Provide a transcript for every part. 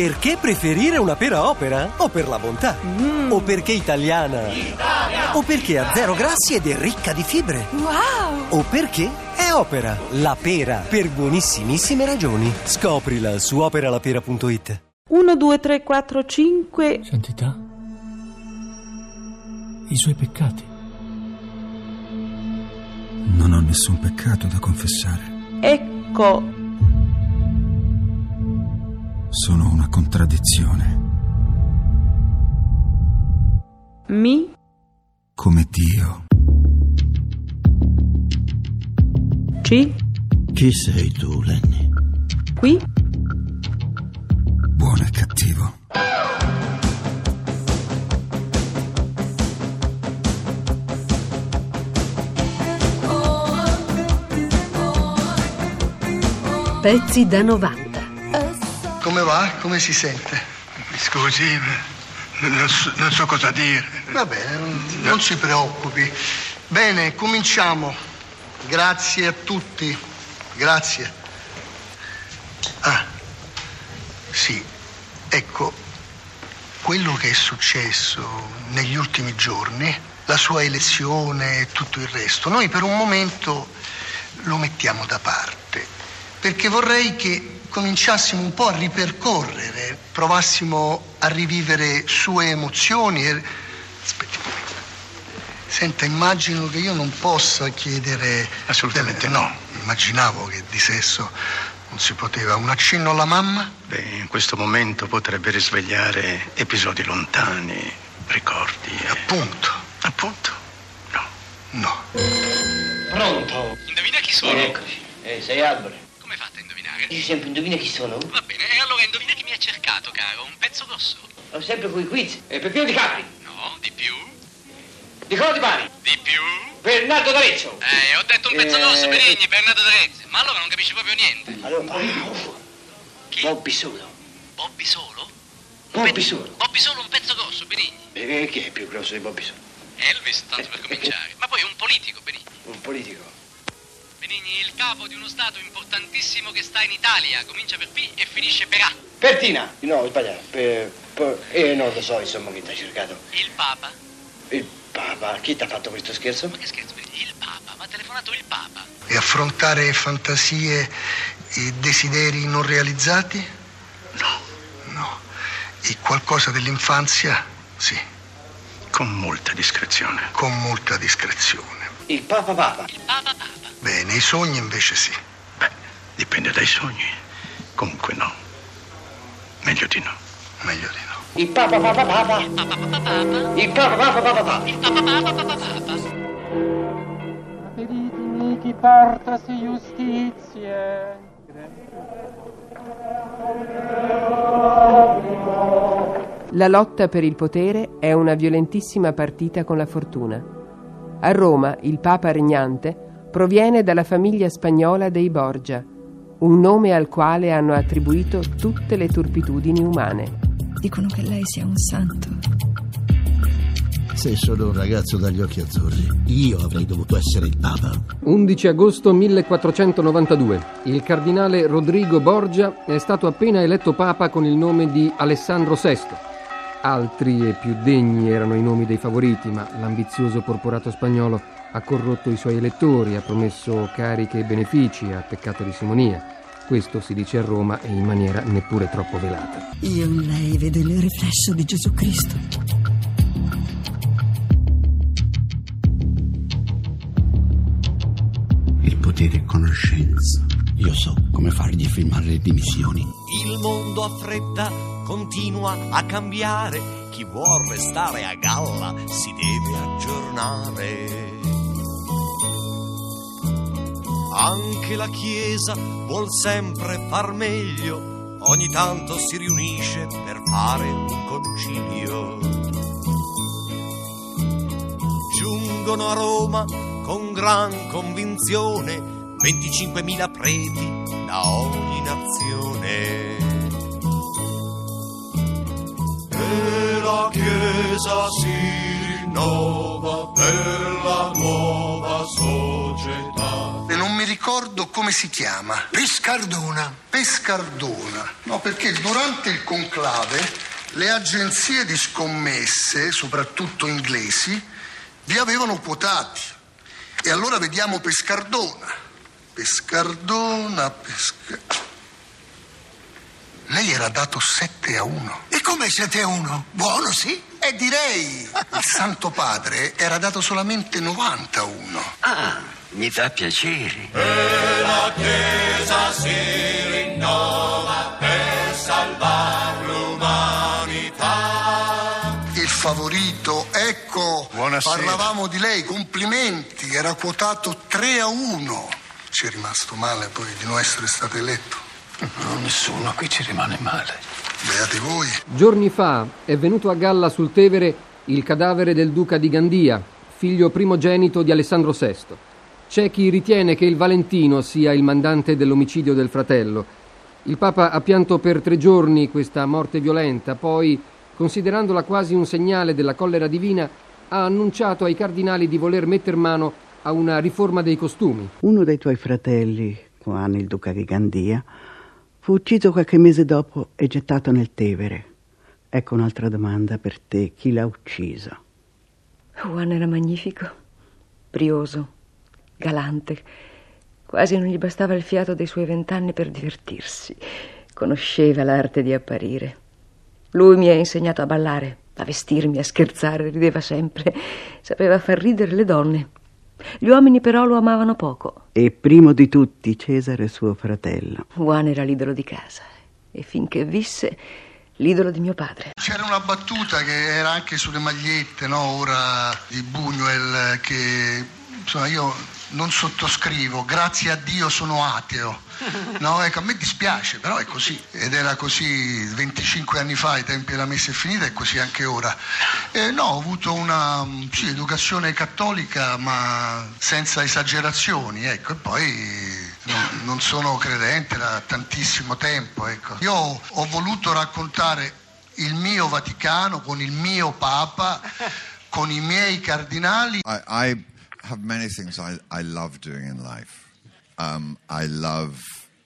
Perché preferire una pera opera? O per la bontà? O perché italiana? O perché ha zero grassi ed è ricca di fibre? Wow! O perché è opera? La pera, per buonissimissime ragioni. Scoprila su operalapera.it. 1, 2, 3, 4, 5. Santità, i suoi peccati. Non ho nessun peccato da confessare. Ecco, Sono una contraddizione. mi. Come Dio. Ci. Chi sei tu, Lenny? Qui. Buono e cattivo. Pezzi da 90. Come va? Come si sente? Scusi, non so, non so cosa dire. Va bene, non, non si preoccupi. Bene, cominciamo. Grazie a tutti. Grazie. Ah, sì, ecco, quello che è successo negli ultimi giorni, la sua elezione e tutto il resto, noi per un momento lo mettiamo da parte, perché vorrei che cominciassimo un po' a ripercorrere, provassimo a rivivere sue emozioni. E... Aspetti un momento. Senta, immagino che io non possa chiedere... Assolutamente Eh, no, immaginavo che di sesso non si poteva. Un accenno alla mamma? Beh, in questo momento potrebbe risvegliare episodi lontani, ricordi. e- Punto. Appunto. No. No. Pronto? Indovina chi sono? Eccoci. Eh, sei Albert. Come fate a indovinare? Dici sempre, indovina chi sono? Va bene, e allora indovina chi mi ha cercato, caro? Un pezzo d'osso? Ho sempre quei quiz. E Peppino Eh, Di Capri, No, di più? Nicola Di Bari, Di più? Bernardo D'Areccio. Eh, ho detto un pezzo Eh. d'osso, Benigni, Bernardo Drezzi. Ma allora non capisci proprio niente. Allora, ah, Chi? Bobby solo. Bobby solo? Bobby solo. Bobby solo un pezzo d'osso, Benigni. E chi è più grosso di Bobby solo? Elvis, tanto per cominciare. Ma poi un politico, Benigni. Un politico. Benigni, il capo di uno stato importantissimo che sta in Italia. Comincia per P e finisce per A. Pertina. No, ho sbagliato. Per, per- eh, non lo so, insomma, chi t'ha cercato. Il Papa. Il Papa, chi t'ha fatto questo scherzo? Ma che scherzo, Benigni? Il Papa. Ma ha telefonato il Papa. E affrontare fantasie e desideri non realizzati? No, no. E qualcosa dell'infanzia? Sì, Con molta discrezione. con molta discrezione. Il Papa Papa. Il Papa Papa. Bene, i sogni invece sì. Beh, dipende dai sogni. Comunque no. Meglio di no. Meglio di no. Il Papa Papa Papa. Papa Papa Papa. Il Papa Papa Papa Papa. Il Papa Papa Papa Papa. Peritimi chi portasi giustizie. La lotta per il potere è una violentissima partita con la fortuna. A Roma il Papa regnante proviene dalla famiglia spagnola dei Borgia, un nome al quale hanno attribuito tutte le turpitudini umane. Dicono che lei sia un santo. Sei solo un ragazzo dagli occhi azzurri. Io avrei dovuto essere il Papa. 11 agosto 1492. Il cardinale Rodrigo Borgia è stato appena eletto papa con il nome di Alessandro VI. Altri e più degni erano i nomi dei favoriti, ma l'ambizioso porporato spagnolo ha corrotto i suoi elettori, ha promesso cariche e benefici, ha peccato di simonia. Questo si dice a Roma e in maniera neppure troppo velata. Io in lei vedo il riflesso di Gesù Cristo. Il potere è conoscenza. Io so come fargli firmare le dimissioni. Il mondo a fretta continua a cambiare, chi vuol restare a galla si deve aggiornare. Anche la Chiesa vuol sempre far meglio, ogni tanto si riunisce per fare un concilio. Giungono a Roma con gran convinzione 25.000 preti da ogni nazione. E la Chiesa si rinnova per la nuova società. E non mi ricordo come si chiama. Pescardona. Pescardona. No, perché durante il conclave le agenzie di scommesse, soprattutto inglesi, vi avevano quotati. E allora vediamo Pescardona. Pescardona, Pescardona. Lei era dato 7 a 1. E come 7 a 1? Buono, sì? E direi, il Santo Padre era dato solamente 90 a 1. Ah, mi fa piacere. E la Chiesa si rinnova per salvare l'umanità. Il favorito, ecco, Buonasera. parlavamo di lei, complimenti, era quotato 3 a 1. Ci è rimasto male poi di non essere stato eletto. Non nessuno, qui ci rimane male. Beati voi. Giorni fa è venuto a galla sul Tevere il cadavere del duca di Gandia, figlio primogenito di Alessandro VI. C'è chi ritiene che il Valentino sia il mandante dell'omicidio del fratello. Il Papa ha pianto per tre giorni questa morte violenta, poi, considerandola quasi un segnale della collera divina, ha annunciato ai cardinali di voler metter mano a una riforma dei costumi. Uno dei tuoi fratelli, Juan il duca di Gandia, fu ucciso qualche mese dopo e gettato nel Tevere. Ecco un'altra domanda per te. Chi l'ha ucciso? Juan era magnifico, brioso, galante. Quasi non gli bastava il fiato dei suoi vent'anni per divertirsi. Conosceva l'arte di apparire. Lui mi ha insegnato a ballare, a vestirmi, a scherzare, rideva sempre. Sapeva far ridere le donne. Gli uomini però lo amavano poco. E primo di tutti Cesare suo fratello. Juan era l'idolo di casa e finché visse l'idolo di mio padre. C'era una battuta che era anche sulle magliette, no? Ora di Buñuel, che insomma io non sottoscrivo, grazie a Dio sono ateo. No, ecco, a me dispiace, però è così. Ed era così 25 anni fa, ai tempi della messa è finita, è così anche ora. Eh, no, ho avuto una mm, sì, educazione cattolica, ma senza esagerazioni, ecco, e poi non, non sono credente da tantissimo tempo, ecco. Io ho voluto raccontare il mio Vaticano con il mio Papa, con i miei cardinali. I, I have many things I, I love doing in life. Um, I love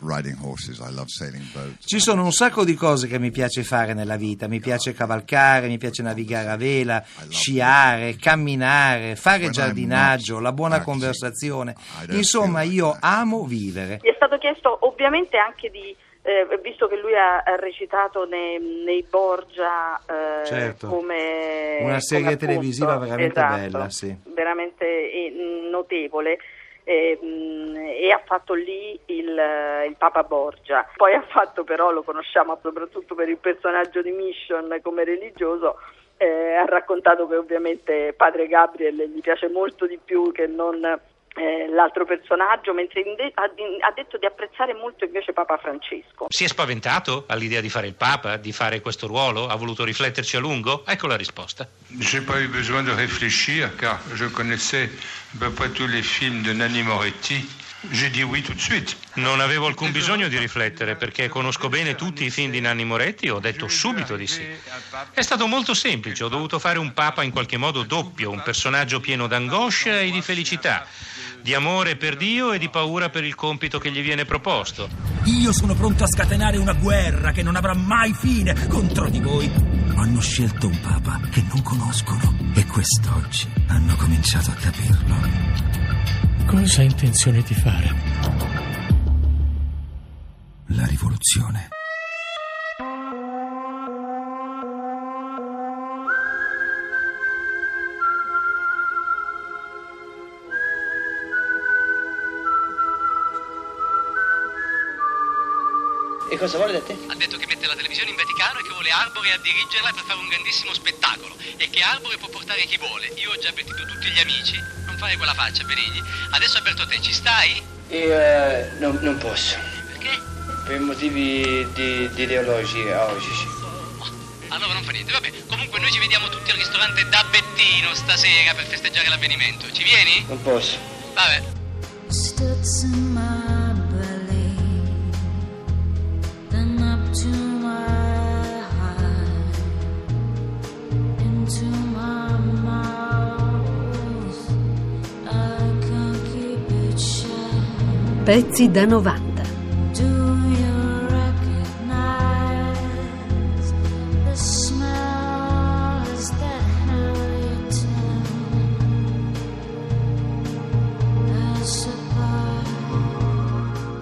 riding horses, I love sailing boats. Ci sono un sacco di cose che mi piace fare nella vita, mi piace cavalcare, mi piace navigare a vela, sciare, camminare, fare giardinaggio, la buona conversazione. Insomma, io amo vivere. Gli è stato chiesto ovviamente anche di, eh, visto che lui ha ha recitato nei, nei Borgia eh, Certo. come... Una serie come appunto, televisiva veramente esatto, bella, sì. Veramente eh, notevole. eh, mh, E, ha fatto lì il, eh, il Papa Borgia. Poi ha fatto però, lo conosciamo soprattutto per il personaggio di Mission come religioso, eh, ha raccontato che ovviamente padre Gabriel gli piace molto di più che non eh, l'altro personaggio, mentre inde- ha, di- ha detto di apprezzare molto invece Papa Francesco. Si è spaventato all'idea di fare il Papa, di fare questo ruolo? Ha voluto rifletterci a lungo? Ecco la risposta. J'ai pas eu besoin de réfléchir car je connaissais à peu près tous les films de Nanni Moretti. J'ai dit oui tout de suite. Non avevo alcun bisogno di riflettere perché conosco bene tutti i film di Nanni Moretti, ho detto subito di sì. È stato molto semplice, ho dovuto fare un Papa in qualche modo doppio, un personaggio pieno d'angoscia e di felicità, di amore per Dio e di paura per il compito che gli viene proposto. Io sono pronto a scatenare una guerra che non avrà mai fine contro di voi. Hanno scelto un papa che non conoscono e quest'oggi hanno cominciato a capirlo. Cosa hai intenzione di fare? La rivoluzione. E cosa vuole da te? Ha detto che mette la televisione in Vaticano e che vuole Arbore a dirigerla per fare un grandissimo spettacolo e che Arbore può portare chi vuole. Io ho già avvertito tutti gli amici. Non fare quella faccia, Benigni. Adesso avverto te, ci stai? Io eh, non, non posso, Perché? per motivi di, di ideologia oggi. Allora non fa niente, vabbè. Comunque noi ci vediamo tutti al ristorante da Bettino stasera per festeggiare l'avvenimento. Ci vieni? Non posso. Vabbè. Stoods in my belly, then up to my heart, into my mouth. I can't keep it shut. Pezzi da 90.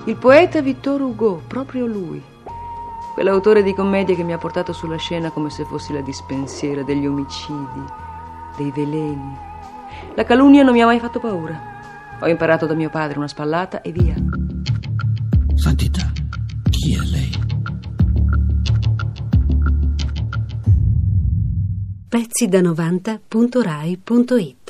Il poeta Vittor Hugo, proprio lui. Quell'autore di commedie che mi ha portato sulla scena come se fossi la dispensiera degli omicidi, dei veleni. La calunnia non mi ha mai fatto paura. Ho imparato da mio padre una spallata e via. Santità, chi è lei? Pezzi da 90.rai.it